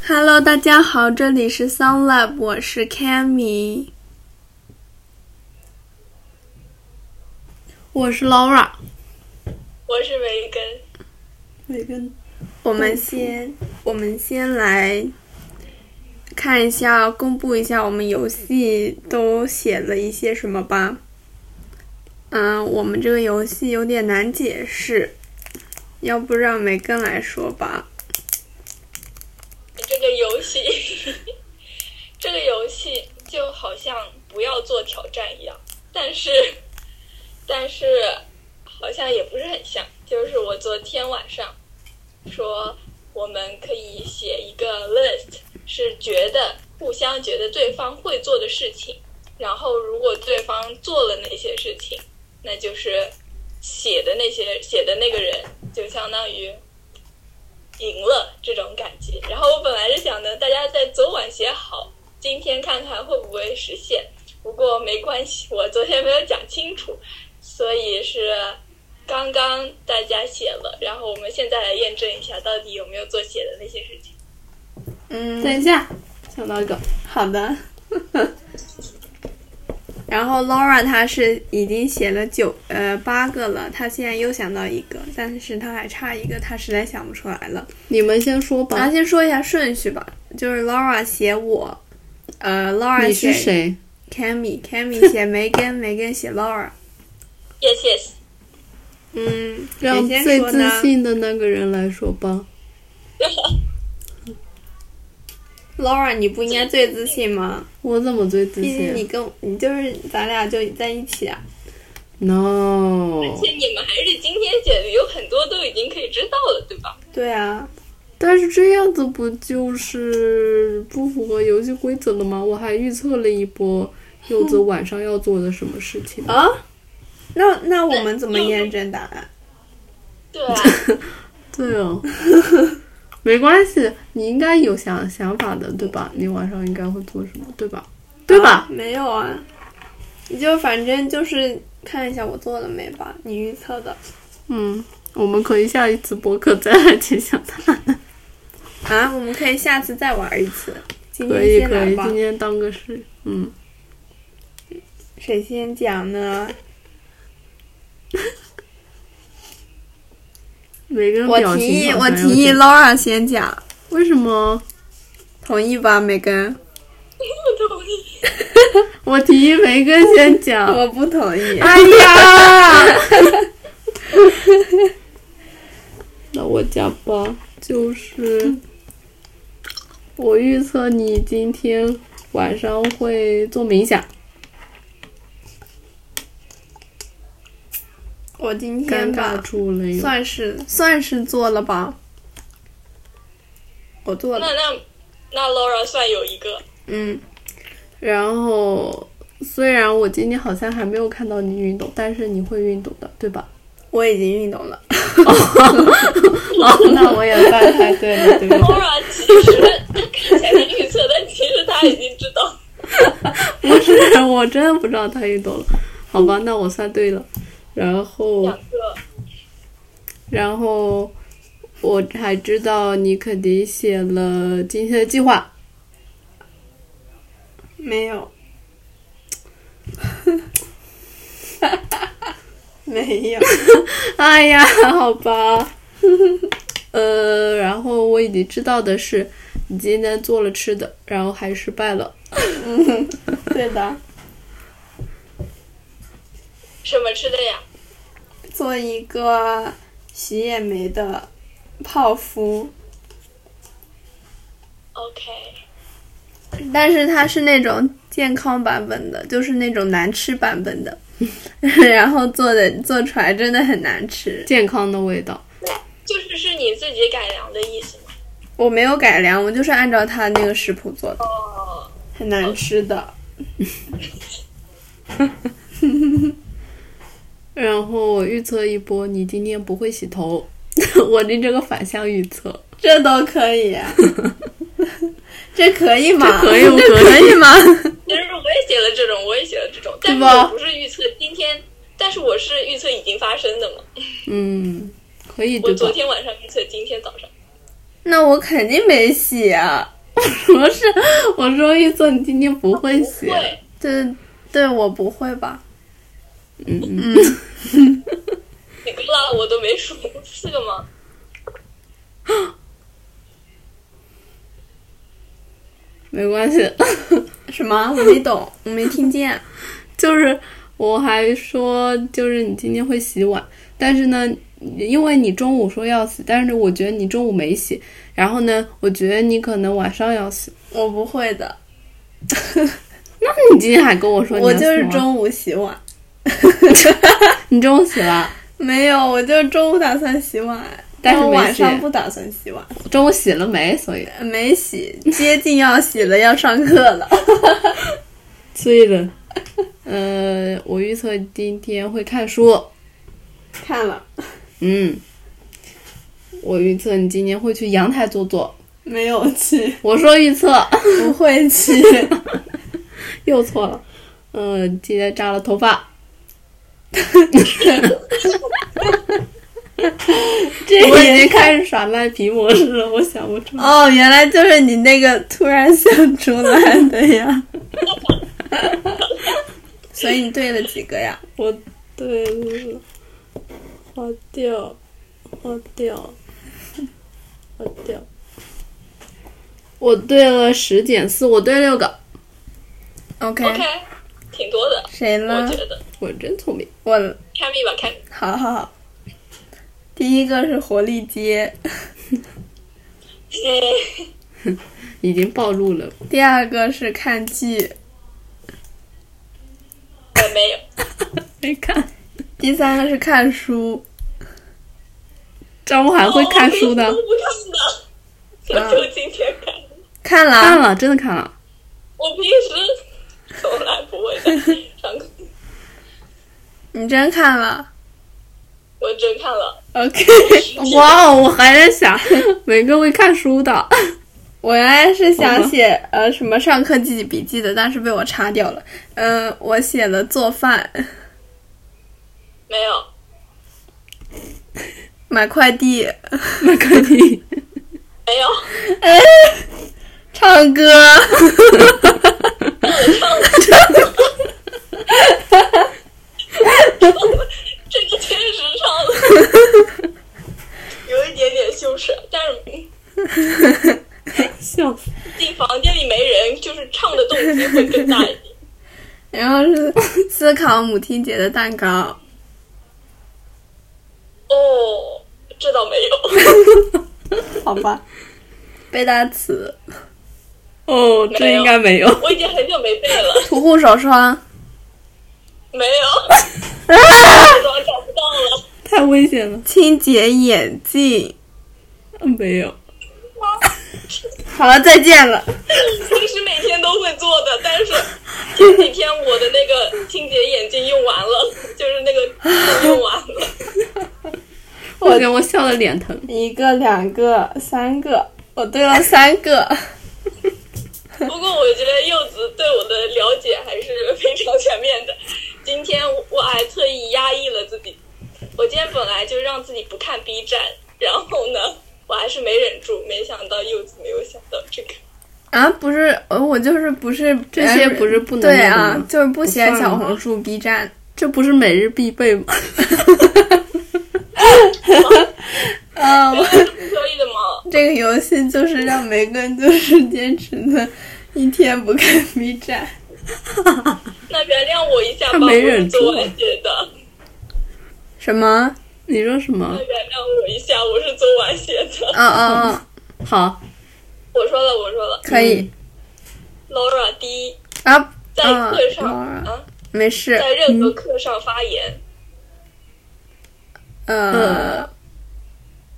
Hello，大家好，这里是 Sound Lab，我是 Cammy，我是 Laura，我是梅根。每根我们先我们先来看一下，公布一下我们游戏都写了一些什么吧。嗯，我们这个游戏有点难解释，要不让梅根来说吧。这个游戏，这个游戏就好像不要做挑战一样，但是，但是好像也不是很像。就是我昨天晚上说，我们可以写一个 list，是觉得互相觉得对方会做的事情，然后如果对方做了那些事情，那就是写的那些写的那个人就相当于赢了这种感觉。然后我本来是想的，大家在昨晚写好，今天看看会不会实现。不过没关系，我昨天没有讲清楚，所以是刚刚大家写了，然后我们现在来验证一下到底有没有做写的那些事情。嗯，等一下，想到一个，好的。 然后 Laura 她是已经写了九呃八个了，她现在又想到一个，但是她还差一个，她实在想不出来了。你们先说然吧。后先说一下顺序吧，就是 Laura 写我，呃，Laura 你写是谁？ Cammy，Cammy 写 Megan，Megan 写 Laura。 Yes, yes。嗯，让谁先最说自呢信的那个人来说吧。 Laura，你不应该最自信吗？我怎么最自毕竟你信啊跟你就是咱俩就在一起啊。 ？No 而。且你们还是今天写的，有很多都已经可以知道了，对吧？对啊，但是这样子不就是不符合游戏规则的吗？我还预测了一波柚子晚上要做的什么事情。啊，那那我们怎么验证答案？对 啊，对哦， 没关系，你应该有想想法的，对吧？你晚上应该会做什么，对吧？对吧？没有啊，你就反正就是看一下我做了没吧，你预测的嗯，我们可以下一次播客再来揭晓它。啊，我们可以下次再玩一次。今可天以先可来以，吧今，天当个事。嗯，谁先讲呢？每个人我嗯表提情议，好我像提有议点， Laura 先讲，为什么？同意吧，梅根？不同意。我提议梅根先讲。我不同意。 哎呀，那我讲吧，就是我预测你今天晚上会做冥想。我今天尴尬吧，住了又。算是算是做了吧。我做了，那那那 Laura 算有一个，嗯，然后，虽然我今天好像还没有看到你运动，但是你会运动的，对吧？我已经运动了。哦，那我也算猜对了，对吧？ Laura 其实 她看起来是预测，但其实她已经知道。不是， 我真的不知道他运动了。好吧，那我算对了。然后两，个，然后我还知道你肯定写了今天的计划。没有， 没有，哎呀，好吧。 呃，然后我已经知道的是，你今天做了吃的，然后还失败了。对的，什么啊吃的呀？做一个洗眼眉的泡芙， OK，但是它是那种健康版本的，就是那种难吃版本的， 然后做的做出来真的很难吃。健康的味道。就是是你自己改良的意思吗？我没有改良，我就是按照它那个食谱做的，哦，很难吃的。然后我预测一波，你今天不会洗头， 我的这个反向预测。这都可以、 啊，这可以吗？这 可以不这可以可以吗？其实我也写了这种，我也写了这种，但是对吧我不是预测今天，但是我是预测已经发生的嘛。嗯，可以我对吧昨？天晚上预测今天早上，那我肯定没洗啊！ 不是，我说预测你今天不会写。会，对对，我不会吧？嗯嗯，几个了？我都没数，四个吗？没关系。什么？我没懂，我没听见。就是我还说，就是你今天会洗碗，但是呢，因为你中午说要洗，但是我觉得你中午没洗，然后呢，我觉得你可能晚上要洗。 我不会的，那你今天还跟我说你我要就洗是吗，中午洗碗， 你中午洗了，没有，我就中午打算洗碗，但是我没晚上洗不打算洗碗，中午洗了没？所 以，没洗，接近要洗了，要上课了。所以呢，呃，我预测今天会看书。看了嗯，我预测你今年会去阳台坐坐。没有去？我说预测不会去。 又错了。嗯、今天扎了头发。这我已经开始耍赖皮模式了，我想不出来。哦，原来就是你那个突然想出来的 呀。所以你对了几个呀？我对了，花掉，花掉，花掉。我对了十减四，我对六个， OK，, OK，挺多的，谁我了？觉得。我真聪明。我看密吧，看 好好好。第一个是活力街，已经暴露了，第二个是看剧，我没有，没看。第三个是看书。张慕涵会看书啊的哦我，不看的，我就今天看，看了啊看了，真的看了。我平时从来不会的。上课你真看了我真看了， ？OK， 哇哦，我还在想， 每个会看书 的，我原来是想好吧写呃什么上课记笔记的，但是被我擦掉了。嗯、我写了做饭、没有，买快递、那肯定。没有，唱歌。 这个确实唱了，有一点点羞耻，但是笑死！进房间里没人，就是唱的动机会更大一点。然后是思考母亲节的蛋糕，哦，这倒没有，好吧，背单词，哦，这应该没有。我已经很久没背了，涂护手霜，没有，我找不到了。太危险了，清洁眼镜。没有。好了，再见了。平时每天都会做的，但是前几天我的那个清洁眼镜用完了，就是那个用完了。我觉得我笑的脸疼。一个，两个，三个，我对了三个。 不过我觉得柚子对我的了解还是非常全面的。 今天我还特意压抑了自己，我今天本来就让自己不看 B 站，然后呢， 我还是没忍住，没想到柚子没有想到这 个。 啊，不是，呃我就是不是这些不是不能对用的啊吗，就是不写不算小吗红书、B 站。这不是每日必备吗？嗯，我这不可以的吗？ 这个游戏就是让梅根就是坚持的一天不看 B 站。那原谅我一下吧，他我没是忍住做完写的。什么？你说什那么？原谅我一下，我是做完写的。 哦哦哦，好，我说了，我说了可以，Laura 第一，啊。在嗯课上、 Laura 啊，没事，在任何课上发言，哎呃，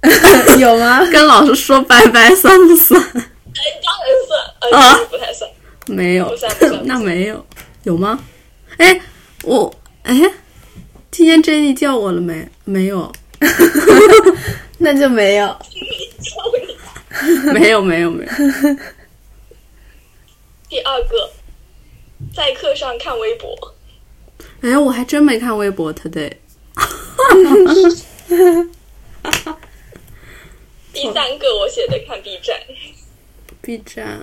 嗯 有吗？跟老师说拜拜算不算？哎，当然算，呃、啊其实不太算。没有不算不算，不 那算没有，有吗？哎，我哎，今天 Jenny 叫我了没？没有，那就没有。 没有，没有，没有。第二个，在课上看微博，哎，我还真没看微博 today。第三个我写的看 B 站， B 站，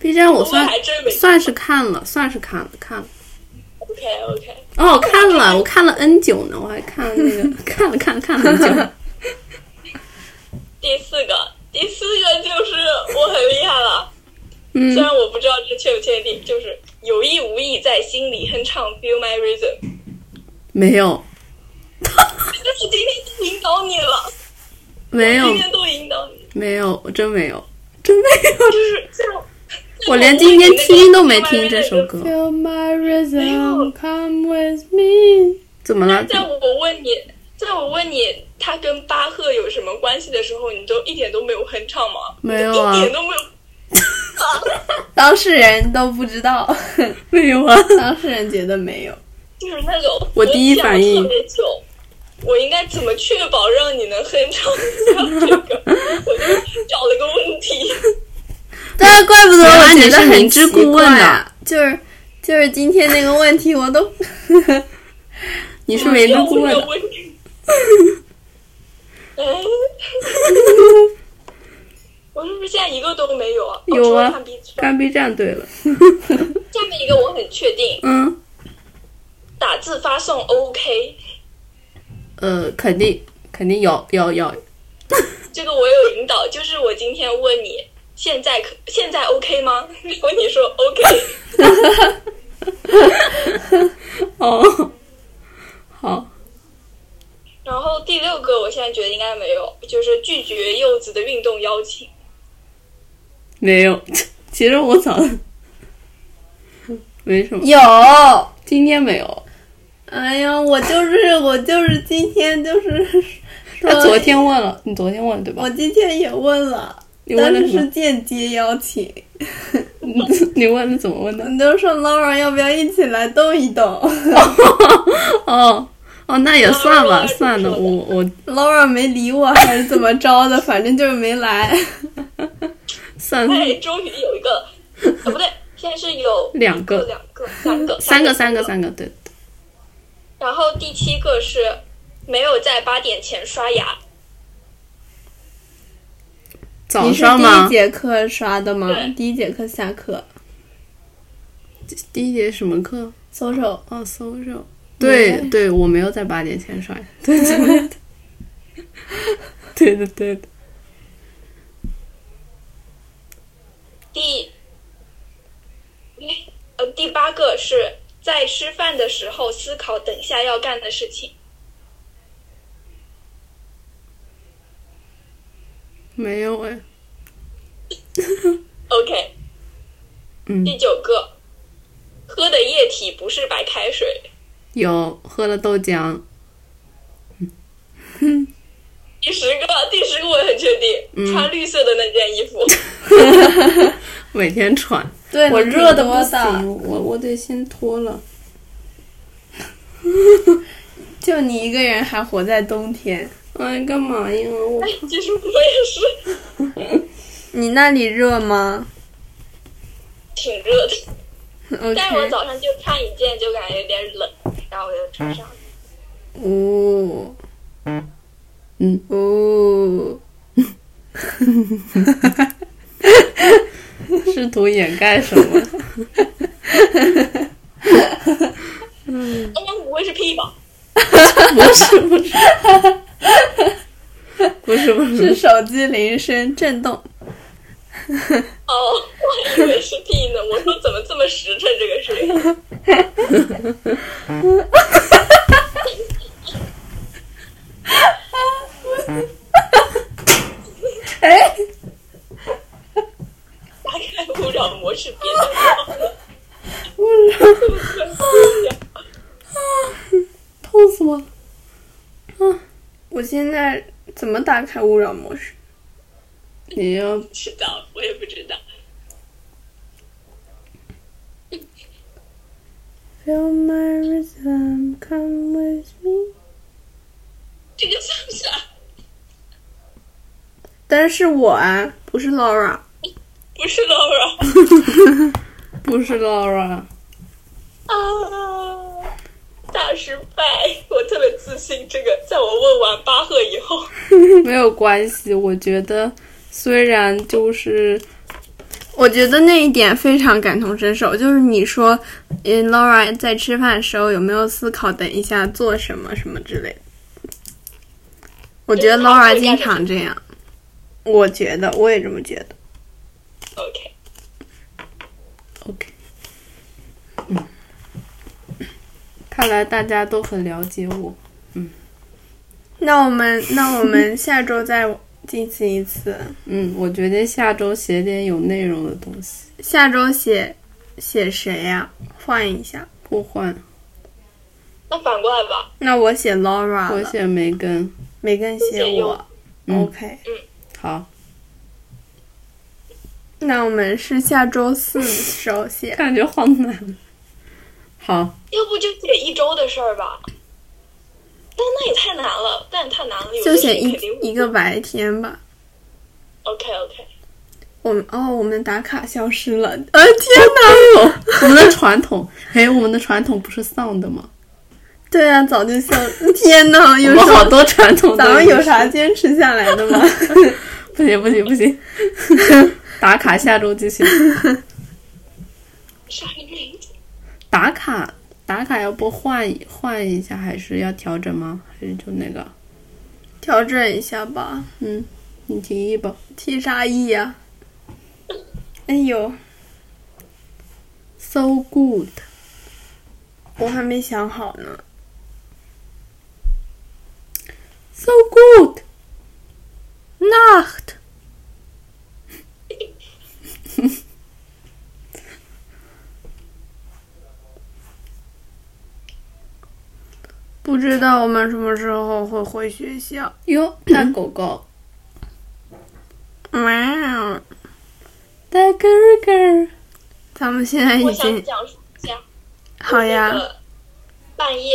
B 站我我哦算还真没算是看了，算是看了看了。 OK OK，哦，我看了，我看了 N 九呢，我还看了那个看了看了看了 N 九。第四个，第四个就是我很厉害了，虽嗯然我不知道这确不确定，就是有意无意在心里哼唱《Feel My Rhythm》，没有但是今天都引导你了，没有今天都引导你，没有，我真没有真没有。就是这样。哦 我连今天听都没听这首歌。 Feel my 没有 rhythm, come with me。怎么了？在我问你，在我问你他跟巴赫有什么关系的时候，你都一点都没有哼唱吗？没有啊一点都没有。当事人都不知道， 没有啊。当事人觉得没有。就是那种我第一反应我想特别久，我应该怎么确保让你能哼唱 一下这个？我就找了个问题，对啊，怪不得原来我你觉得是很明知故问的、的就是啊就是今天那个问题，我 都你是没录过我就问 的了。问题。哎，我是不是现在一个都没有啊？哦有啊除了看 B 站干 B 站对 了，下面一个我很确定，嗯打字发送 OK，呃，肯定肯定有有有，这个我有引导，就是我今天问你现在可现在 OK 吗？ 然后你说 OK， 哦，好，然后第六个我现在觉得应该没有，就是拒绝柚子的运动邀请。没有。 其实我早没什么，有。今天没有。哎呀，我就是我就是今天 就是说他昨天问了，你昨天问了对吧 我？今天也问了，你但问了是什是么？间接邀请，你问了怎么问的？你都说 Laura 要不要一起来动一动 哦哦，那也算 吧，算了，我我？Laura 没理我还是怎么着的，反正就是没来。算哎，终于有一个，啊、不对，现在是有两有个，两个、三个、三个，个、三个，个。三个，对，然后第七个是没有在八点前刷牙，早你是上第一吗？节课刷的吗对？第一节课下课第一节什么课？ ，social 哦，social。对对对，我没有在八点前刷牙。 对对对对对的，第，哎呃，第八个是在吃饭的时候思考等下要干的事情。没有哎。 OK，嗯，第九个，喝的液体不是白开水。有喝了豆 浆。第十个，第十个我很确定，穿绿色的那件衣服。每天喘，对我你热挺的多不行，我我得先脱了。就你一个人还活在冬天，哎，干嘛呀？我其实我也是你那里热吗挺热的， ？OK，但是我早上就穿一件，就感觉有点冷，然后我就穿上了。哦，嗯哦，哦 试图掩盖什么？刚刚不会是屁吧？不是不是，不是不是是，手机铃声震动。哦，我还以为是屁呢。我说怎么这么实诚这个事情？哎，大概勿扰模式别的忘了。痛死我了！我现在怎么打开勿扰模式？你要不知道，我也不知道。 Feel my rhythm, come with me。这个算不算？但是我啊，不是 Laura。不是 Laura 不是 Laura，啊，大失败！我特别自信，这个在我问完巴赫以后，没有关系。我觉得虽然就是我觉得那一点非常感同身受，就是你说，嗯，Laura 在吃饭的时候有没有思考等一下做什么什么之类的？我觉得对他 Laura 会加经这常这样，我觉得我也这么觉得。 OK， OK，嗯，看来大家都很了解我。嗯那我们那我们下周再进行一次， 嗯，我决定下周写点有内容的东西，下周写写谁呀、换一下，互换。那反过来吧，那我写 Laura 我了，写梅根。梅根写我写我优。嗯 OK，好，那我们是下周四的时候写。感觉好难。好，要不就写一周的事儿吧。但那也太难了，但也太难了，有就的事写情一肯定不一个白天吧。 OK OK，我们哦，我们打卡消失了。呃，天哪！哎 我们的传 统，哎，我们的传统不是 sound 吗？对啊，早就消。天哪，我有们什 好么？多传统都咱们有是啥坚持下来的吗？ 不行不行不行， 打卡下周继续。啥名字？打卡打卡，要不换一换一下，还是要调整吗？还是就那个？调整一下吧。嗯，你提议吧。 T 啥 E 呀、哎呦， So good，我还没想好呢。 So good， Nacht，不知道我们什么时候会回学校。哟，大狗狗，喵，大哥哥，咱们现在我已想经讲述一下好那呀。个半夜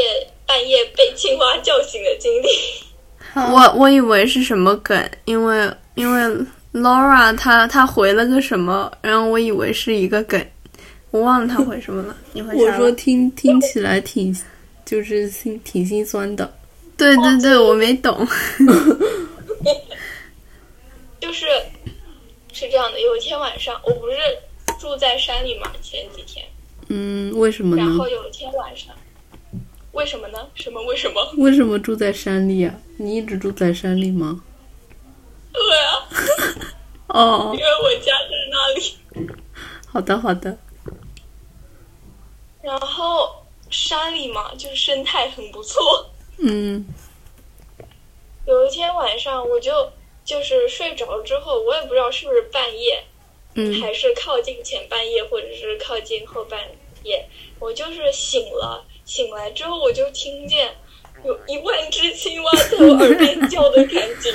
半夜被青蛙叫醒的经历。 我我以为是什么梗，因为因为 Laura 她她回了个什么，然后我以为是一个梗，我忘了她回什么了。你回我啥了？说听听起来挺，就是心挺心酸的。对对对，我没懂。 就是是这样的，有一天晚上，我不是住在山里嘛，前几天，嗯，为什么然后呢？有一天晚上，为什么呢？什么为什么？ 为什么住在山里啊？你一直住在山里吗？对啊，哦因，为我家在那里。好的，好的。然后山里嘛，就是生态很不错。嗯，有一天晚上，我就就是睡着之后，我也不知道是不是半夜，嗯还是靠近前半夜，或者是靠近后半夜，我就是醒了。醒来之后，我就听见有一万只青蛙在我耳边叫的感 觉。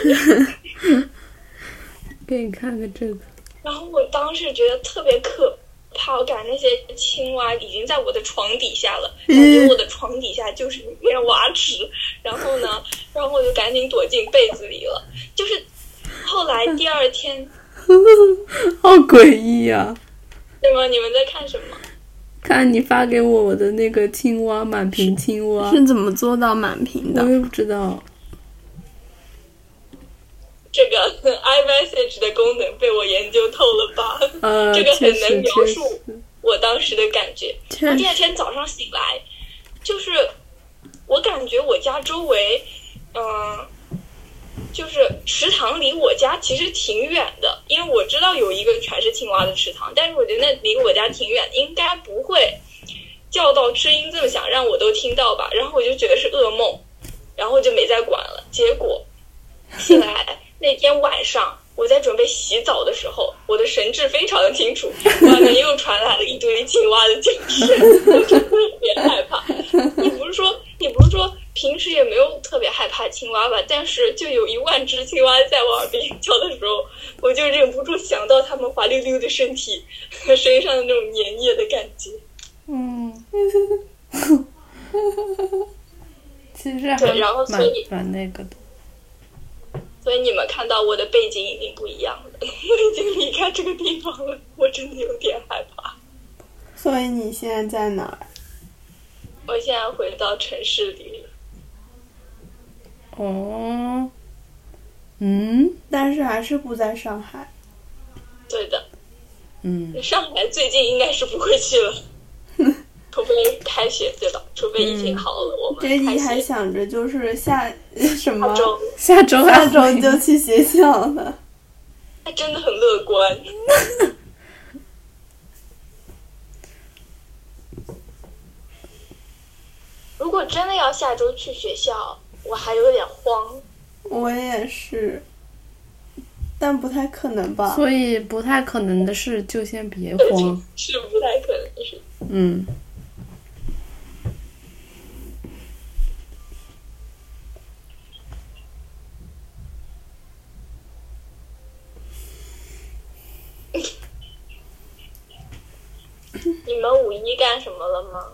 给你看看这个。然后我当时觉得特别可怕，我感觉那些青蛙已经在我的床底下了，感觉我的床底下就是一片蛙池。然后呢，然后我就赶紧躲进被子里了。就是后来第二天，好诡异呀、对吗？你们在看什么？看你发给我的那个青蛙，满屏青蛙，是怎么做到满屏我的？也不知道。这个 iMessage 的功能被我研究透了吧？呃，这个确很实能描确述实，我当时的感觉。确第实二天早上醒来，就是我感觉我家周围，嗯、就是池塘离我家其实挺远的，因为我知道有一个全是青蛙的池塘，但是我觉得那离我家挺远，应该不会叫到知音这么响，让我都听到吧。然后我就觉得是噩梦，然后就没再管了。结果醒来那天晚上。我在准备洗澡的时候，我的神志非常的清楚，外面又传来了一堆青蛙的叫声， 我真的特别害怕。你不是说你不是说平时也没有特别害怕青蛙吧？但是就有一万只青蛙在我耳边叫的时候，我就忍不住想到它们滑溜溜的身体和身上的那种粘液的感觉。嗯， 其实还对然后所蛮以蛮那个的。所以你们看到我的背景已经不一样了， 我已经离开这个地方了，我真的有点害怕。所以你现在在哪儿？我现在回到城市里了，哦，嗯，但是还是不在上海。对的，嗯，上海最近应该是不会去 了，除非开学，对吧？除非疫情好了，我这们嗯你开还学想着就是下 什下么周，下周啊下下周就去学校了。他真的很乐 观。如果真的要下周去学校，我还有点慌。我也是，但不太可能吧？啊所以不太可能的事就先别慌。是不太可能是。嗯，你们五一干什么了吗？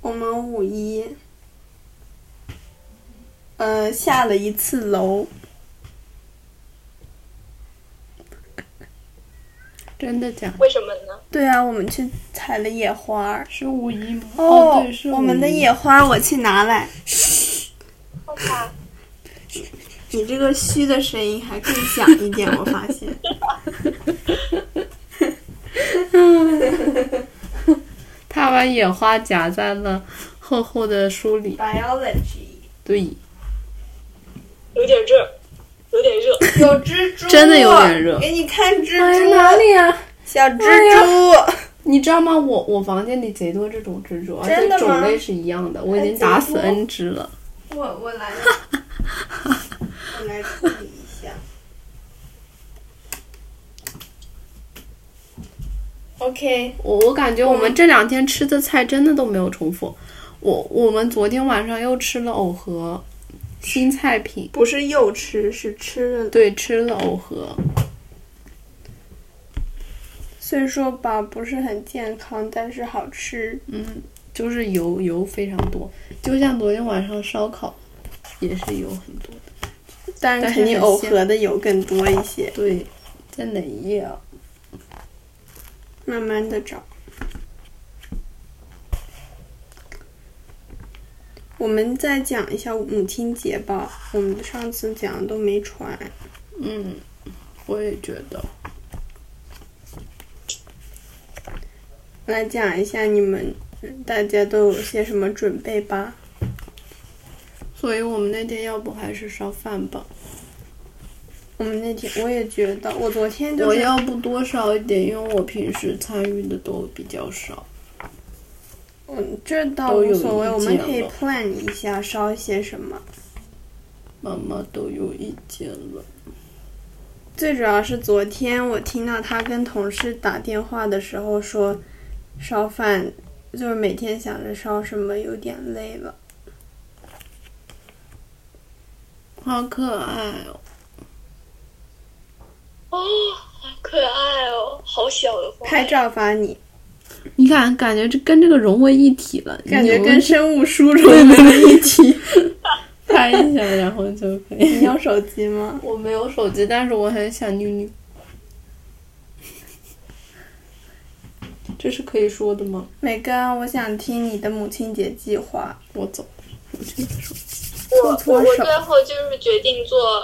我们五一，呃，下了一次楼，真的假的？为什么 呢？对啊，我们去采了野花儿。哦是五一吗？哦对，是我们的五一野花我去拿来。好吧，你这个嘘的声音还更响一 点，我发现。他把野花夹在了厚厚的书里。 Biology 对，有点热，有点热。有蜘蛛，真的有点热给你看蜘蛛，哎，哪里啊？小蜘蛛，你知道吗？我我房间里贼多这种蜘蛛，而真的且吗种类是一样的。我已经打死 N 只了。我我来， 我来处理一下。OK，我我感嗯觉我们这两天吃的菜真的都没有重复。我我们昨天晚上又吃了藕盒，新菜品。不是又吃，是吃了。对，吃了藕盒。虽说吧，不是很健康，但是好吃。嗯，就是油油非常多，就像昨天晚上烧烤也是油很多的。但但是肯定很耦鲜合的油更多一些。对，在哪一页啊？慢慢的找。我们再讲一下母亲节吧，我们上次讲的都没传。嗯，我也觉得。来讲一下你们大家都有些什么准备吧。所以我们那天要不还是烧饭吧？我们那天我也觉得，我昨天就我是要不多烧一点，因为我平时参与的都比较少。嗯，这倒都有无所谓，意我们见可以了 plan 一下烧一些什么。妈妈都有意见了。最主要是昨天我听到他跟同事打电话的时候说，烧饭就是每天想着烧什么，有点累了。好可爱哦！哦，好可爱哦，好小的花。拍照发你，你看，感觉这跟这个融为一体了，感觉你跟 们生物书中 的一体。 拍一下，然后就可以你。有手机吗？我没有手机，但是我很想妞妞。这是可以说的吗？美根，我想听你的母亲节计划。我走，我真的说。我搓搓我我手最后就是决定做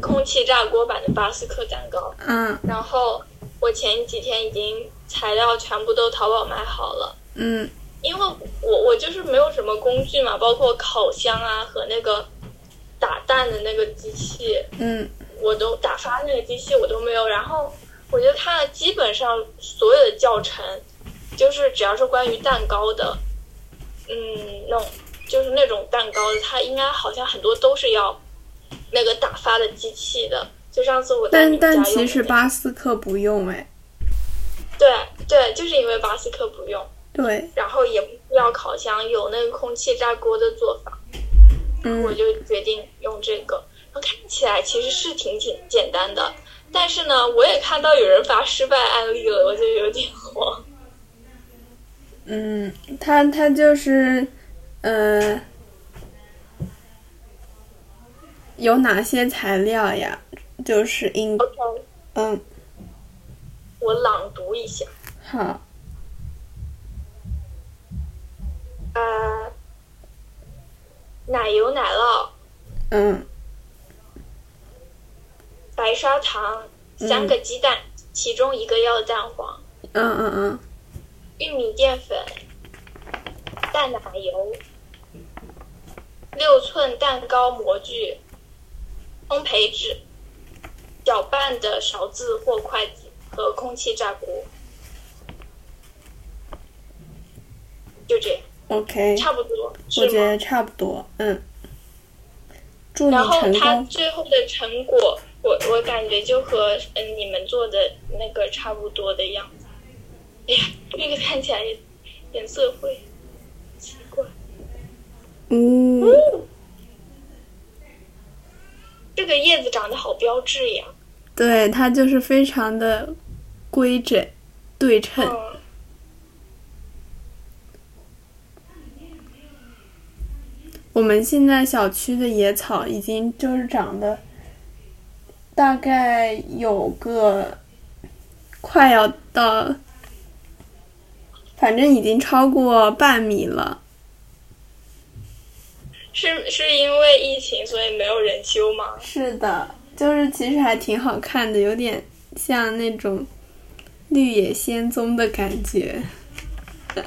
空气炸锅版的巴斯克蛋糕，嗯然后我前几天已经材料全部都淘宝买好了，嗯因为我我就是没有什么工具嘛，包括烤箱啊和那个打蛋的那个机器，嗯，我都打发那个机器我都没有，然后我就看了基本上所有的教程，就是只要是关于蛋糕的，嗯，那种就是那种蛋糕的，它应该好像很多都是要那个打发的机器的。就上次我在你但们家但用其的实那个巴斯克不用哎。对对，就是因为巴斯克不用，对，然后也不需要烤箱，有那个空气炸锅的做法，我嗯，就决定用这个。然后看起来其实是挺简简单的，但是呢，我也看到有人发失败案例了，我就有点慌。嗯，他他就是，呃，有哪些材料呀？就是应 OK，嗯我朗读一下。好，呃，奶油、奶酪、嗯白砂糖，三个鸡蛋，其中一个要蛋黄，嗯嗯嗯，玉米淀粉、淡奶油、六寸蛋糕模具、烘焙纸、搅拌的勺子或筷子和空气炸锅，就这样， ，OK，差不多我是觉得吗？差不多，嗯。祝你然后成它功，最后的成果，我我感觉就和嗯你们做的那个差不多的样子。哎呀，这个看起来也颜色会奇怪。嗯，这个叶子长得好标志呀！对，它就是非常的规整、对称。嗯，我们现在小区的野草已经就是长得大概有个快要到，反正已经超过半米了。是是因为疫情，所以没有人修吗？ 是的，就是其实还挺好看的，有点像那种绿野仙踪的感觉。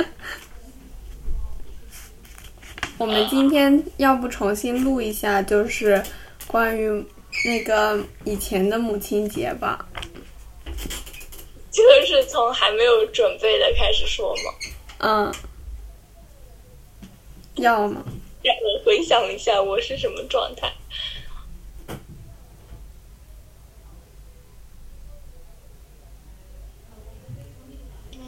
我们今天要不重新录一下，就是关于那个以前的母亲节吧。就是从还没有准备的开始说嘛，嗯，要吗？让我回想一下我是什么状态。嗯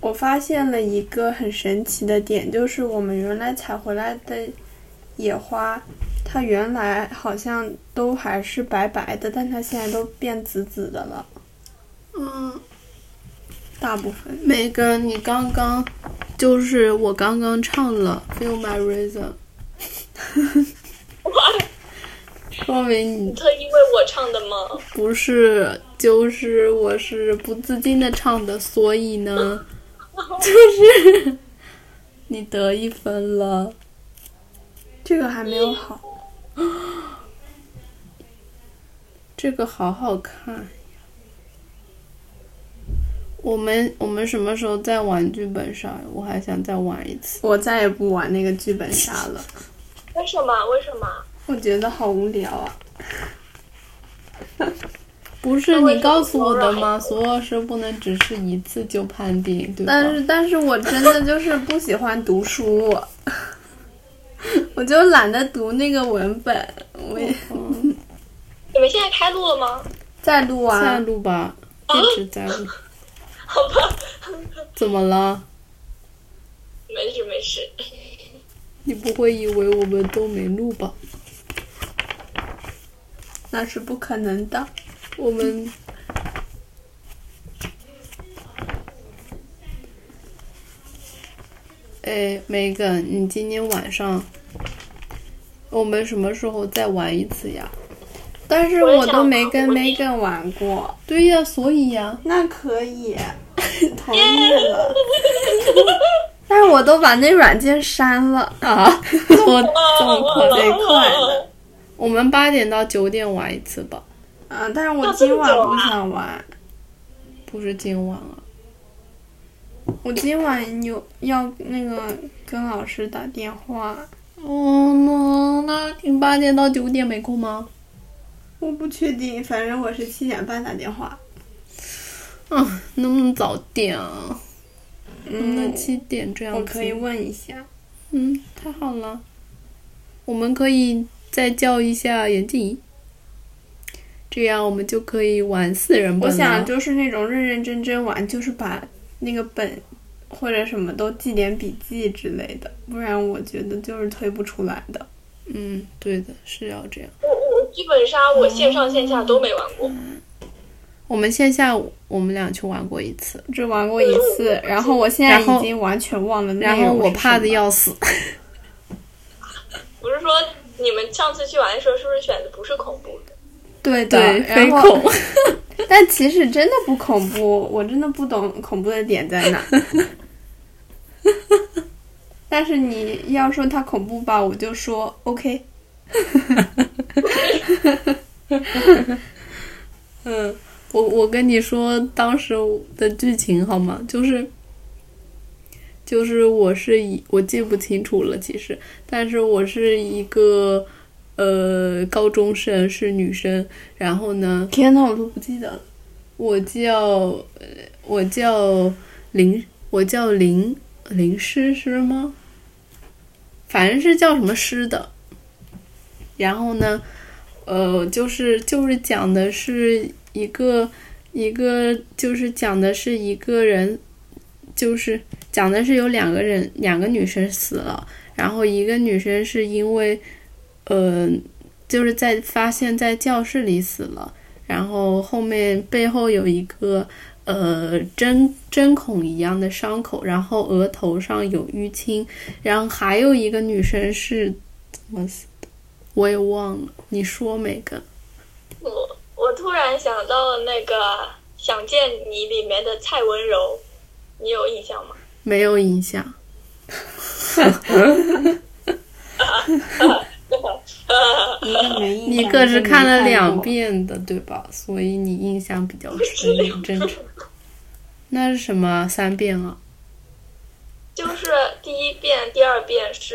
我发现了一个很神奇的点，就是我们原来采回来的野花，它原来好像都还是白白的，但它现在都变紫紫的了，嗯，大部分。梅根，你刚刚就是我刚刚唱了《Feel My Rhythm》，说明你特意为我唱的吗？不是，就是我是不自禁的唱的，所以呢，就是 你得一分了。这个还没有好，这个好好看呀！我们我们什么时候再玩剧本杀？我还想再玩一次。我再也不玩那个剧本杀了，为什么？为什么？我觉得好无聊啊。不是为什么你告诉我的吗？ Laura 还所有事不能只是一次就判定，对吧？但是，但是我真的就是不喜欢读书，我就懒得读那个文本。我也 嗯，你们现在开录了吗？ 再录再啊，录吧，一直在录。好吧， 怎么了？没事没事。你不会以为我们都没录吧？那是不可能的。我们哎，梅根，你今天晚上我们什么时候再玩一次呀？但是我也我都想没玩跟我也 Megan 玩过。对呀，所以 呀，那可 以，同意了。 但是我都把那软件删了。啊，这么这么快贼哦快的我们八点到九点玩一次吧， 啊，但是我今晚不想玩，不是今晚啊。我今晚有要那个跟老师打电话，哦，那那你八点到九点没空吗？我不确定，反正我是七点半打电话。啊，能不能早点啊？那嗯，七点这样子。我可以问一下。嗯，太好了，我们可以再叫一下严静怡，这样我们就可以玩四人我本了。想就是那种认认真真玩，就是把那个本或者什么都记点笔记之类的，不然我觉得就是推不出来的。嗯，对的，是要这样。我我 剧本杀我线上线下都没玩过，嗯我们线下我们俩去玩过一次，只玩过一次，然后我现在然后已经完全忘了内然容后我是怕什的么要死。不是说你们上次去玩的时候是不是选的不是恐怖的？对的 对，然飞后恐。但其实真的不恐 怖，我真的不懂恐怖的点在哪。但是你要说它恐怖吧，我就说 OK。嗯，我我跟你说当时的剧情好吗？就是，就是我是以我记不清楚了，其实，但是我是一个呃高中生，是女生，然后呢，天呐，我都不记得了。我叫呃我叫林，我叫林林诗诗吗？反正是叫什么诗的。然后呢，呃，就是就是讲的是一个一个，就是讲的是一个人，就是讲的是有两个人，两个女生死了，然后一个女生是因为，呃，就是在发现在教室里死了。然后后面背后有一个呃针针孔一样的伤口，然后额头上有淤青，然后还有一个女生是怎么死的，我也忘了。你说每个我我突然想到了那个《想见你》里面的蔡文柔，你有印象吗？没有印象，一个没印象你可是看了两。一个没看过遍的对吧？所以你印象比较 深，真诚。那是什么三遍啊？ 就是第一遍、第二遍是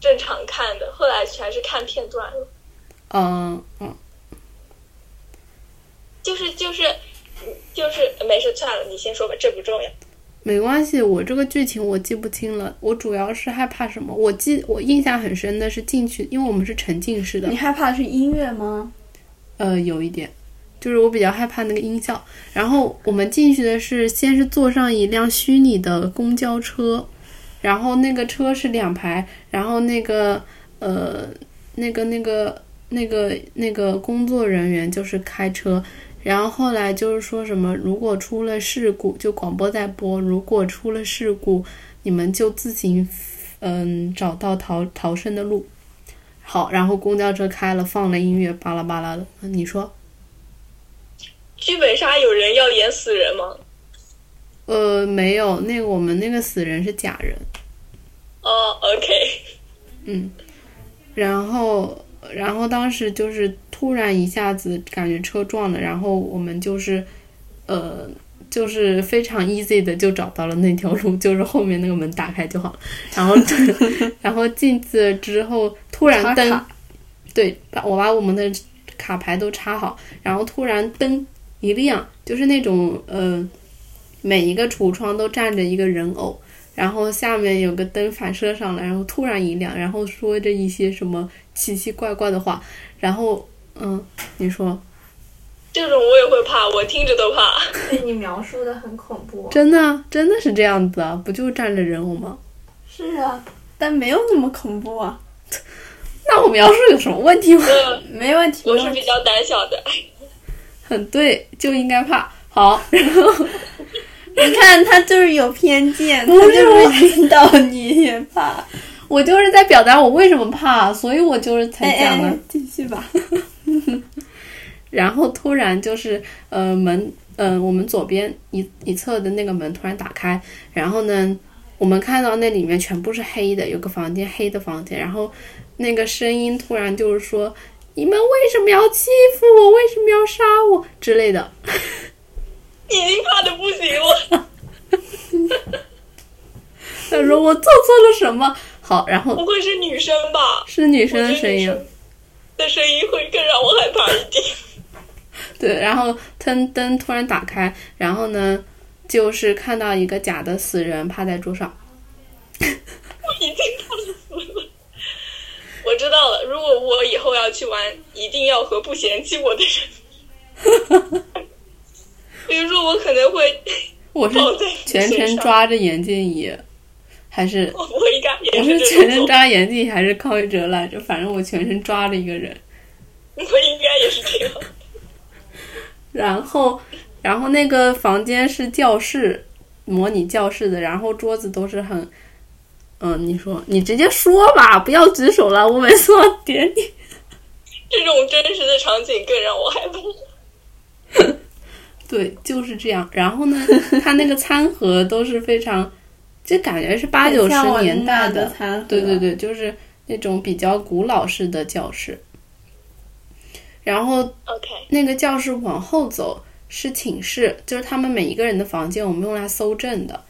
正常看的，后来全是看片段了。嗯嗯，就是就是就是没事，算了，你先说吧，这不重要。没关系，我这个剧情我记不清了。我主要是害怕什么？我记我印象很深的是进去，因为我们是沉浸式的你，害怕的是音乐吗？呃，有一点，就是我比较害怕那个音效。然后我们进去的是先是坐上一辆虚拟的公交车，然后那个车是两排，然后那个呃那个那个那个那个工作人员就是开车。然后后来就是说什么，如果出了事故，就广播在播，如果出了事故，你们就自行，嗯，找到逃逃生的路。好，然后公交车开了，放了音乐，巴拉巴拉的。你说，剧本杀有人要演死人吗？呃，没有，那个我们那个死人是假人，哦，OK，嗯，然后，然后当时就是突然一下子感觉车撞了，然后我们就是，呃，就是非常 easy 的就找到了那条路， 就是后面那个门打开就好了。然后， 然后进去之后突然插灯卡，对，把我把我们的卡牌都插好，然后突然灯一亮，就是那种呃，每一个橱窗都站着一个人偶。然后下面有个灯反射上来，然后突然一亮，然后说着一些什么奇奇怪怪的话，然后嗯，你说这种我也会怕，我听着都怕。被你描述的很恐怖。真的啊真的是这样子啊？不就站着人偶吗？是啊，但没有那么恐怖啊，那我描述有什么问题吗？ 呃，没问题。我没是问题比较胆小的，很对，就应该怕。好， 然后你看他就是有偏见，不是我他就是引导你也怕。我就是在表达我为什么怕，所以我就是才 哎讲的。哎，继续吧。然后突然就是呃门，呃我们左边一一侧的那个门突然打开，然后呢，我们看到那里面全部是黑的，有个房间黑的房间，然后那个声音突然就是说：“你们为什么要欺负我？为什么要杀我？”之类的。已经怕的不行了。他说：“我做错了什么？”好，然后不会是女生吧？是女我觉生得的女声音啊。生的声音会更让我害怕一点。对，然后灯灯突然打开，然后呢，就是看到一个假的死人趴在桌上。我已经怕死了。我知道了，如果我以后要去玩，一定要和不嫌弃我的人。比如说，我可能会我是抱在你全程身上，抓着眼镜椅，还是我应该也我是是这全种程做抓眼镜椅还是靠一折来着？反正我全程抓着一个人。我应该也是这样。然后，然后那个房间是教室，模拟教室的，然后桌子都是很，嗯，你说你直接说吧，不要举手了，我每次要点你。 这种真实的场景更让我害怕。对，就是这样。然后呢，它那个餐盒都是非常这感觉是八九十年代的餐盒，对对对，就是那种比较古老式的教室。然后 OK，那个教室往后走是寝室，就是他们每一个人的房间，我们用来搜证的。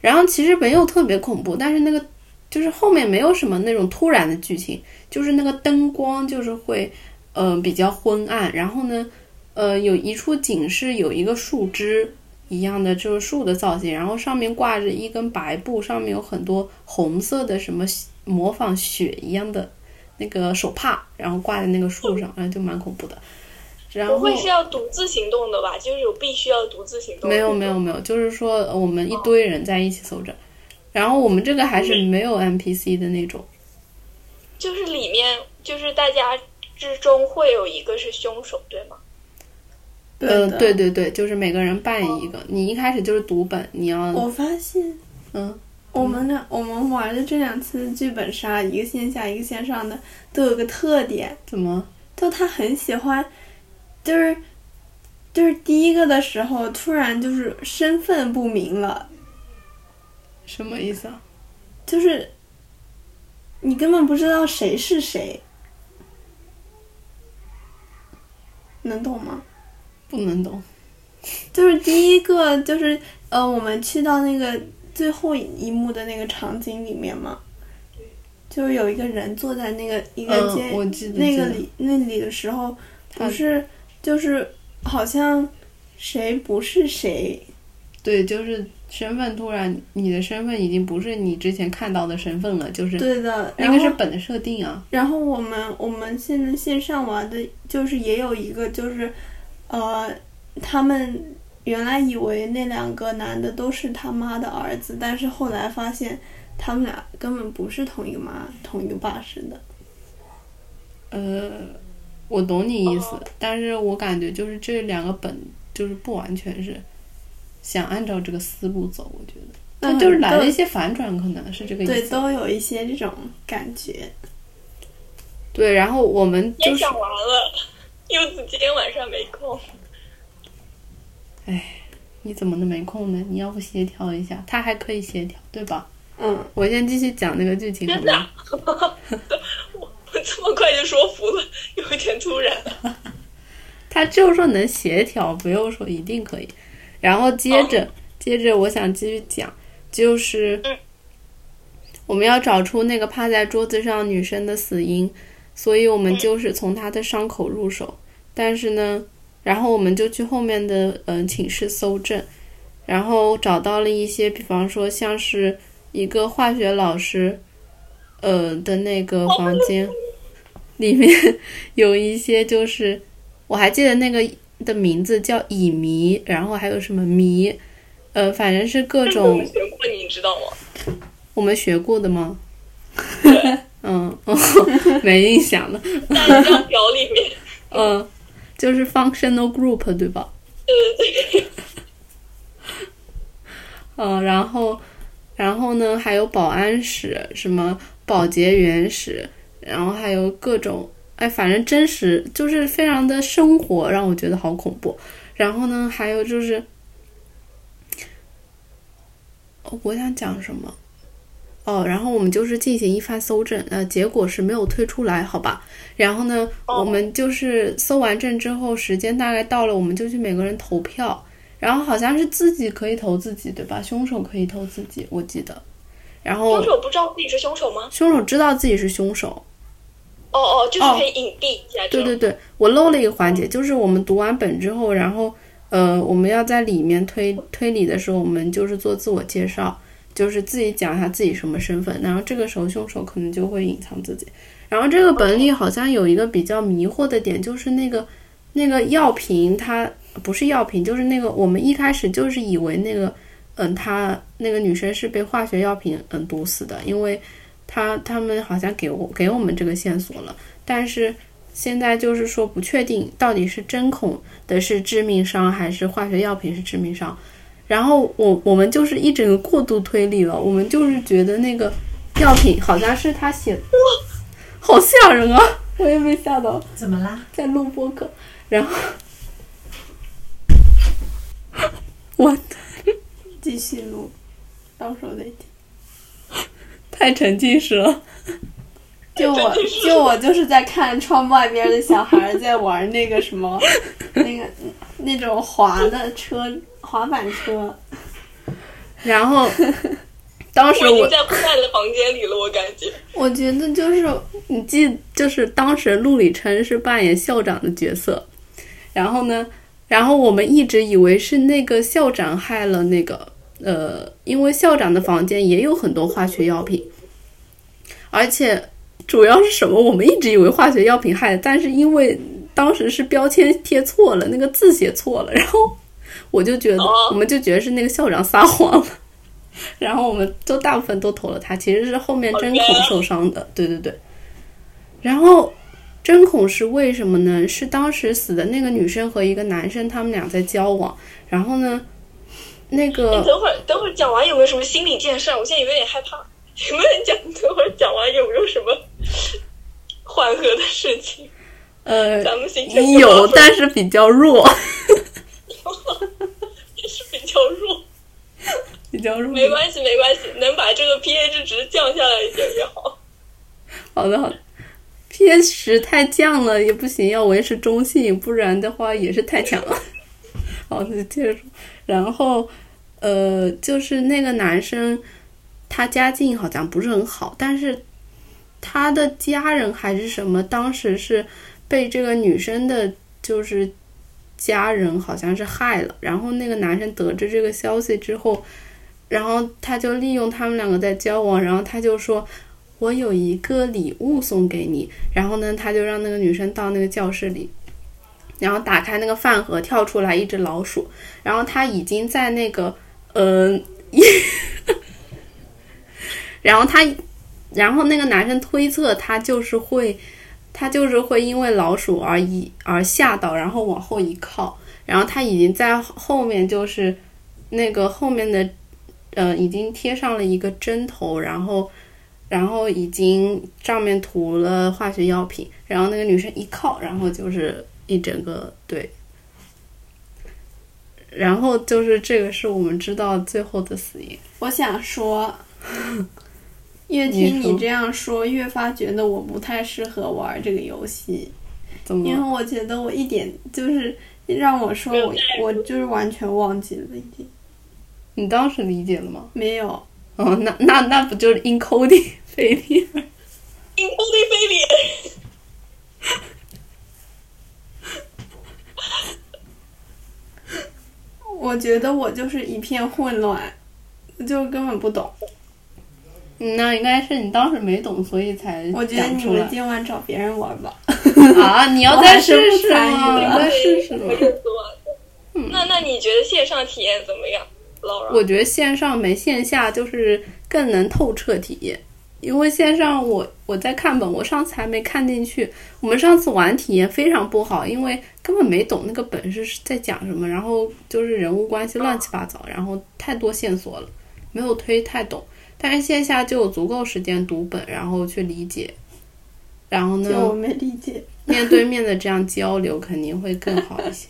然后其实没有特别恐怖，但是那个就是后面没有什么那种突然的剧情，就是那个灯光就是会呃比较昏暗。然后呢，呃有一处景是有一个树枝一样的，就是树的造型，然后上面挂着一根白布，上面有很多红色的什么模仿雪一样的那个手帕，然后挂在那个树上，然后就蛮恐怖的。然后不会是要独自行动的吧？就是我必须要独自行动。没哦有没有没有，就是说呃我们一堆人在一起搜证，然后我们这个还嗯是没有 NPC 的那种，就是里面就是大家之中会有一个是凶手，对吗？呃，的哦对。对对，就是每个人扮演一个，你一开始就是读本，你要我发现嗯，我们的我们玩的这两次剧本杀，一个线下一个线上的，都有个特点，怎么就他很喜欢，就是就是第一个的时候，突然就是身份不明了，什么意思啊？就是你根本不知道谁是谁，能懂吗？不能懂，就是第一个就是呃，我们去到那个最后一幕的那个场景里面嘛，就是有一个人坐在那个一个嗯间、我记得那个记得里那里的时候，他不是就是好像谁不是谁，对，就是身份突然，你的身份已经不是你之前看到的身份了，就是对的，那然后个是本的设定啊，然后我们我们现在线上玩的，就是也有一个就是，呃，他们原来以为那两个男的都是他妈的儿子，但是后来发现他们俩根本不是同一个妈同一个爸生的。呃，我懂你意思哦，但是我感觉就是这两个本就是不完全是想按照这个思路走，我觉得。那但就是很来了逗一些反转，可能是这个意对，思。都有一些这种感觉。对，然后我们也就是讲完了，柚子今天晚上没空。你怎么能没空呢？你要不协调一下，他还可以协调，对吧？嗯，我先继续讲那个剧情，好真的吗？啊，我我这么快就说服了，有一点突然。他就是说能协调，不用说一定可以。然后接着、接着，我想继续讲，就是嗯我们要找出那个趴在桌子上女生的死因，所以我们就是从她的伤口入手。但是呢，然后我们就去后面的嗯、呃寝室搜证，然后找到了一些，比方说像是一个化学老师，呃的那个房间。里面有一些就是我还记得那个的名字叫乙醚，然后还有什么醚，呃，反正是各我 没种学过，你知道吗？我们学过的吗？嗯，哦， 没印象了。在一张表里面，呃，就是 functional group 对吧？对对对，呃，然后，然后呢，还有保安室、什么保洁员室，然后还有各种，哎，反正真实就是非常的生活，让我觉得好恐怖。然后呢，还有就是，哦我想讲什么？哦，然后我们就是进行一番搜证，呃，结果是没有推出来，好吧？然后呢，哦我们就是搜完证之后，时间大概到了，我们就去每个人投票。然后好像是自己可以投自己，对吧？凶手可以投自己，我记得。然后凶手不知道自己是凶手吗？凶手知道自己是凶手，哦哦，就是可以隐蔽一下这对种。对对，我漏了一个环节，就是我们读完本之后，然后呃，我们要在里面推推理的时候，我们就是做自我介绍，就是自己讲一下自己什么身份，然后这个时候凶手可能就会隐藏自己。然后这个本里好像有一个比较迷惑的点，就是那个那个药瓶它，不是药瓶，就是那个我们一开始就是以为那个嗯，她那个女生是被化学药品嗯毒死的，因为她他们好像给我给我们这个线索了，但是现在就是说不确定到底是针孔的是致命伤还是化学药品是致命伤。然后我我们就是一整个过度推理了，我们就是觉得那个药品好像是他写的，好吓人啊！我也被吓到，怎么啦？在录播客，然 后我继续录，到时候再听。太沉浸式了。就我就我就是在看窗外边的小孩在玩那个什么，那个那种滑的车，滑板车。然后当时我已我经在昏暗的房间里了，我感觉。我觉得就是你记，就是当时陆里琛是扮演校长的角色，然后呢，然后我们一直以为是那个校长害了那个呃，因为校长的房间也有很多化学药品，而且主要是什么？我们一直以为化学药品害的，但是因为当时是标签贴错了，那个字写错了，然后我就觉得哦，我们就觉得是那个校长撒谎了。然后我们都大部分都投了他，其实是后面针孔受伤的，对对对。然后针孔是为什么呢？是当时死的那个女生和一个男生，他们俩在交往。然后呢，那个 等会儿，等会儿讲完有没有什么心理建设？我现在有点害怕。你们讲，等会儿讲完有没有什么 缓和的事情？呃咱们形成一个有，氛围但是比较弱， 还是比较弱。比较弱。没关系，没关系，能把这个 pH 值降下来一点也好。好的好的。pH 值太降了也不行，要维持中性，不然的话也是太强了。 好，那就接着说。然后，呃，就是那个男生，他家境好像不是很好，但是他的家人还是什么，当时是被这个女生的，就是家人好像是害了。然后那个男生得知这个消息之后，然后他就利用他们两个在交往，然后他就说：“我有一个礼物送给你。”然后呢，他就让那个女生到那个教室里，然后打开那个饭盒，跳出来一只老鼠，然后他已经在那个呃， 然后他，然后那个男生推测他就是会，他就是会因为老鼠而一而吓到，然后往后一靠，然后他已经在后面就是那个后面的呃已经贴上了一个针头，然后。然后已经上面涂了化学药品，然后那个女生一靠，然后就是一整个对，然后就是这个是我们知道最后的死因。我想说，越你听说你这样说，越发觉得我不太适合玩这个游戏，怎么因为了？我觉得我一点就是让我说我我就是完全忘记了，已经你当时理解了吗？ 没有。哦，那那那不就是 encoding 费力？你不对非礼，我觉得我就是一片混乱，就根本不懂。那应该是你当时没懂，所以才我觉得讲你出们来今晚找别人玩吧。 啊！你要再试试吗？我你还再试试吗我？就说，那那你觉得线上体验怎么样，Laura？我觉得线上没线下就是更能透彻体验，因为线上我我在看本，我上次还没看进去。我们上次玩体验非常不好，因为根本没懂那个本是在讲什么，然后就是人物关系乱七八糟，然后太多线索了，没有推太懂。但是线下就有足够时间读本，然后去理解，然后呢，就我没理解，面对面的这样交流肯定会更好一些。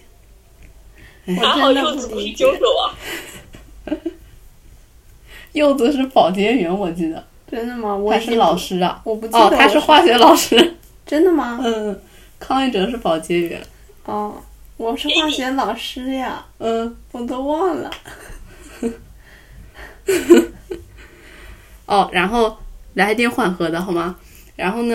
哎还我真好的柚子不不是理凶解，手啊， 柚子是保洁员，我记得真的吗？我还已是经老，师啊？我不记得哦，他我是化学老师。真的吗？ 嗯，康一哲是保洁员。哦，我是化学老师呀，嗯，我都忘了。哦，然后来一点缓和的好吗？然后呢，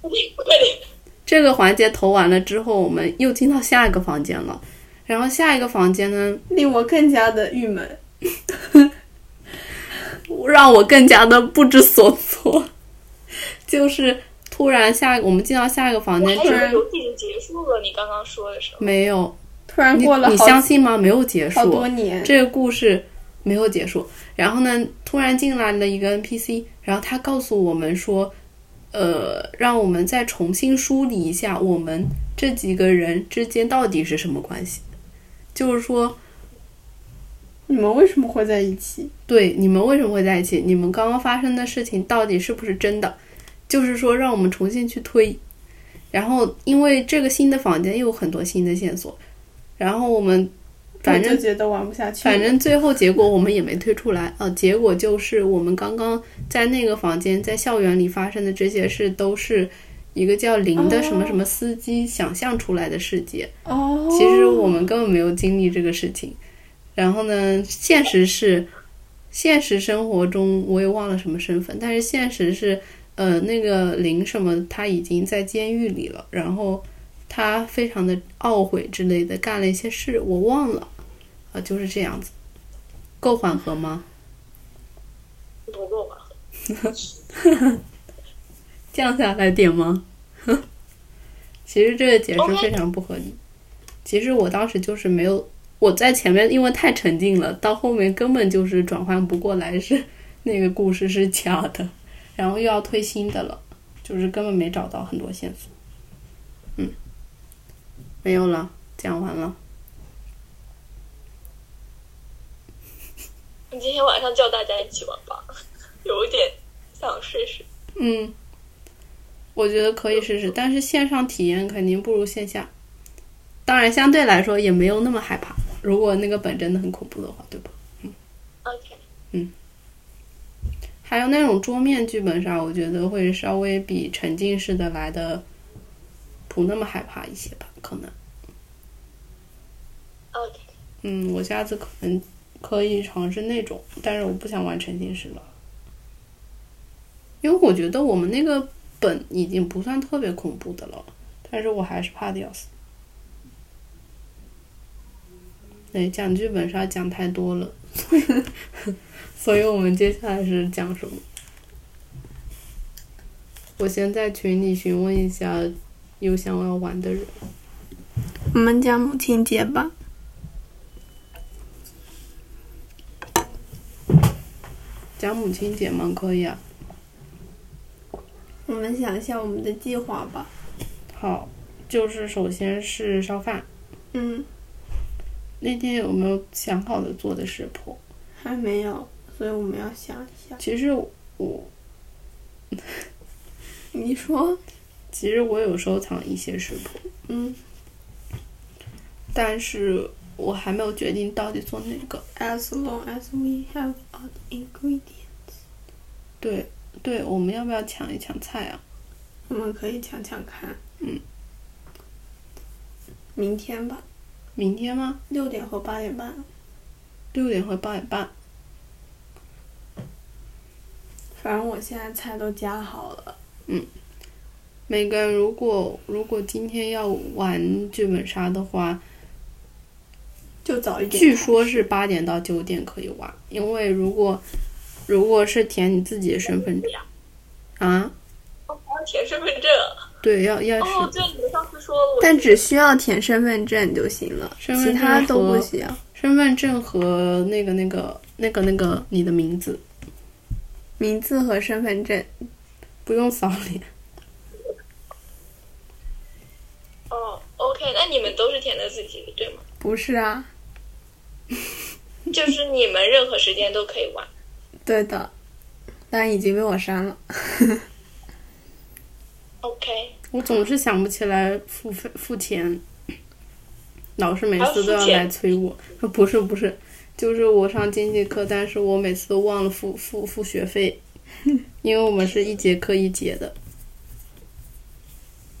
快点，这个环节投完了之后，我们又进到下一个房间了。然后下一个房间呢，令我更加的郁闷。让我更加的不知所措，就是突然下我们进到下一个房间还之有后个游戏已经结束了，你刚刚说的时候，没有，突然你过了你好相信吗？没有结束，好多年，这个故事没有结束。然后呢，突然进来了一个 NPC，然后他告诉我们说，呃，让我们再重新梳理一下我们这几个人之间到底是什么关系。就是说，你们为什么会在一起？对你们为什么会在一起？你们刚刚发生的事情到底是不是真的？就是说，让我们重新去推。然后，因为这个新的房间又有很多新的线索，然后我们反正我就觉得玩不下去。反正最后结果我们也没推出来，呃，结果就是我们刚刚在那个房间，在校园里发生的这些事，都是一个叫林的什么什么司机想象出来的世界。哦，其实我们根本没有经历这个事情。然后呢，现实是，现实生活中我也忘了什么身份，但是现实是，呃，那个林什么他已经在监狱里了，然后他非常的懊悔之类的，干了一些事，我忘了，啊、就是这样子，够缓和吗？不够吧？降下来点吗？ 其实这个解释非常不合理。其实我当时就是没有，我在前面因为太沉浸了，到后面根本就是转换不过来，是那个故事是假的，然后又要推新的了，就是根本没找到很多线索。嗯，没有了，讲完了。你今天晚上叫大家一起玩吧， 有点想试试。嗯，我觉得可以试试，但是线上体验肯定不如线下。当然，相对来说也没有那么害怕。如果那个本真的很恐怖的话，对吧？ OK，还有那种桌面剧本杀，我觉得会稍微比沉浸式的来的不那么害怕一些吧，可能。 OK，嗯，我下次可能可以尝试那种，但是我不想玩沉浸式了，因为我觉得我们那个本已经不算特别恐怖的了，但是我还是怕的要死。对，讲剧本杀讲太多了， 所以我们接下来是讲什么？我先在群里询问一下有想要玩的人。我们讲母亲节吧。讲母亲节吗？可以啊。嗯我们想一下我们的计划吧。好，就是首先是烧饭。嗯，那天有没有想好的做的食谱？还没有，所以我们要想一下。其实我你说，其实我有收藏一些食谱，嗯但是我还没有决定到底做哪个。 ，as long as we have all the ingredients，对对，我们要不要抢一抢菜啊？我们可以抢抢看。嗯，明天吧，明天吗？六点或八点半。六点和八点半。反正我现在菜都加好了。每个人如果如果今天要玩剧本杀的话，就早一点。据说是八点到九点可以玩，因为如果如果是填你自己的身份证啊，哦，还要填身份证。对，要要是、哦，对，你们上次说了，我但只需要填身份证就行了，身其份他证都不和需要。身份证和那个那个那个那个你的名字，名字和身份证，不用扫脸。哦，OK，那你们都是填的自己的对 吗？不是啊？就是你们任何时间都可以玩。对的，但已经被我删了。 OK，我总是想不起来付费付钱，老师每还要次付都要钱来催我。不是不是，就是我上经济课，但是我每次都忘了付付付学费，因为我们是一节课一节的。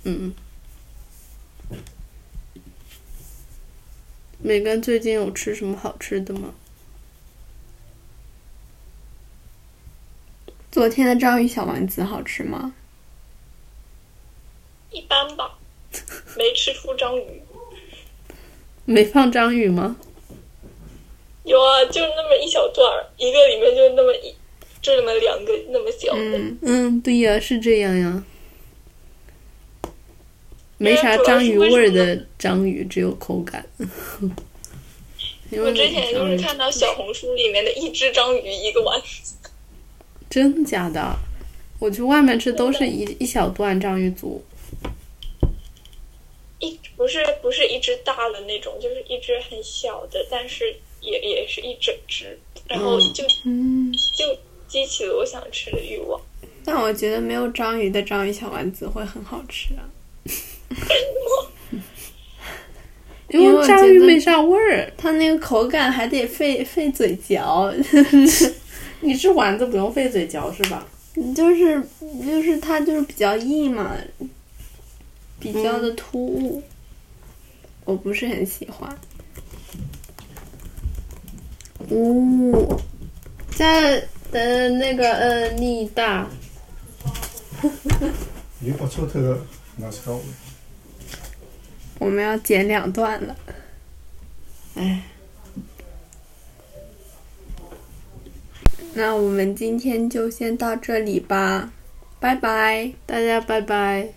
嗯。梅根最近有吃什么好吃的吗？昨天的章鱼小丸子好吃吗？一般吧，没吃出章鱼。没放章鱼吗？有啊，就那么一小段儿，一个里面就那么一，这里面两个那么小的。嗯，嗯，对呀、是这样呀。没啥章鱼味儿的章鱼，只有口感。因我为之前就是看到小红书里面的一只章鱼一个丸子，真的假的？我去外面吃都是一一小段章鱼足，一不是不是一只大的那种，就是一只很小的，但是也也是一整只，然后就、嗯就激起了我想吃的欲望。但我觉得没有章鱼的章鱼小丸子会很好吃啊。因因为我为章觉鱼得没啥味儿。它那个口感还得费费嘴嚼，你吃丸子不用费嘴嚼是吧？就是就是它就是比较硬嘛，比较的突兀，我不是很喜欢。哦，在呃那个呃力大，如果错特が那是高我们要剪两段了。哎，那我们今天就先到这里吧，拜拜。大家拜拜。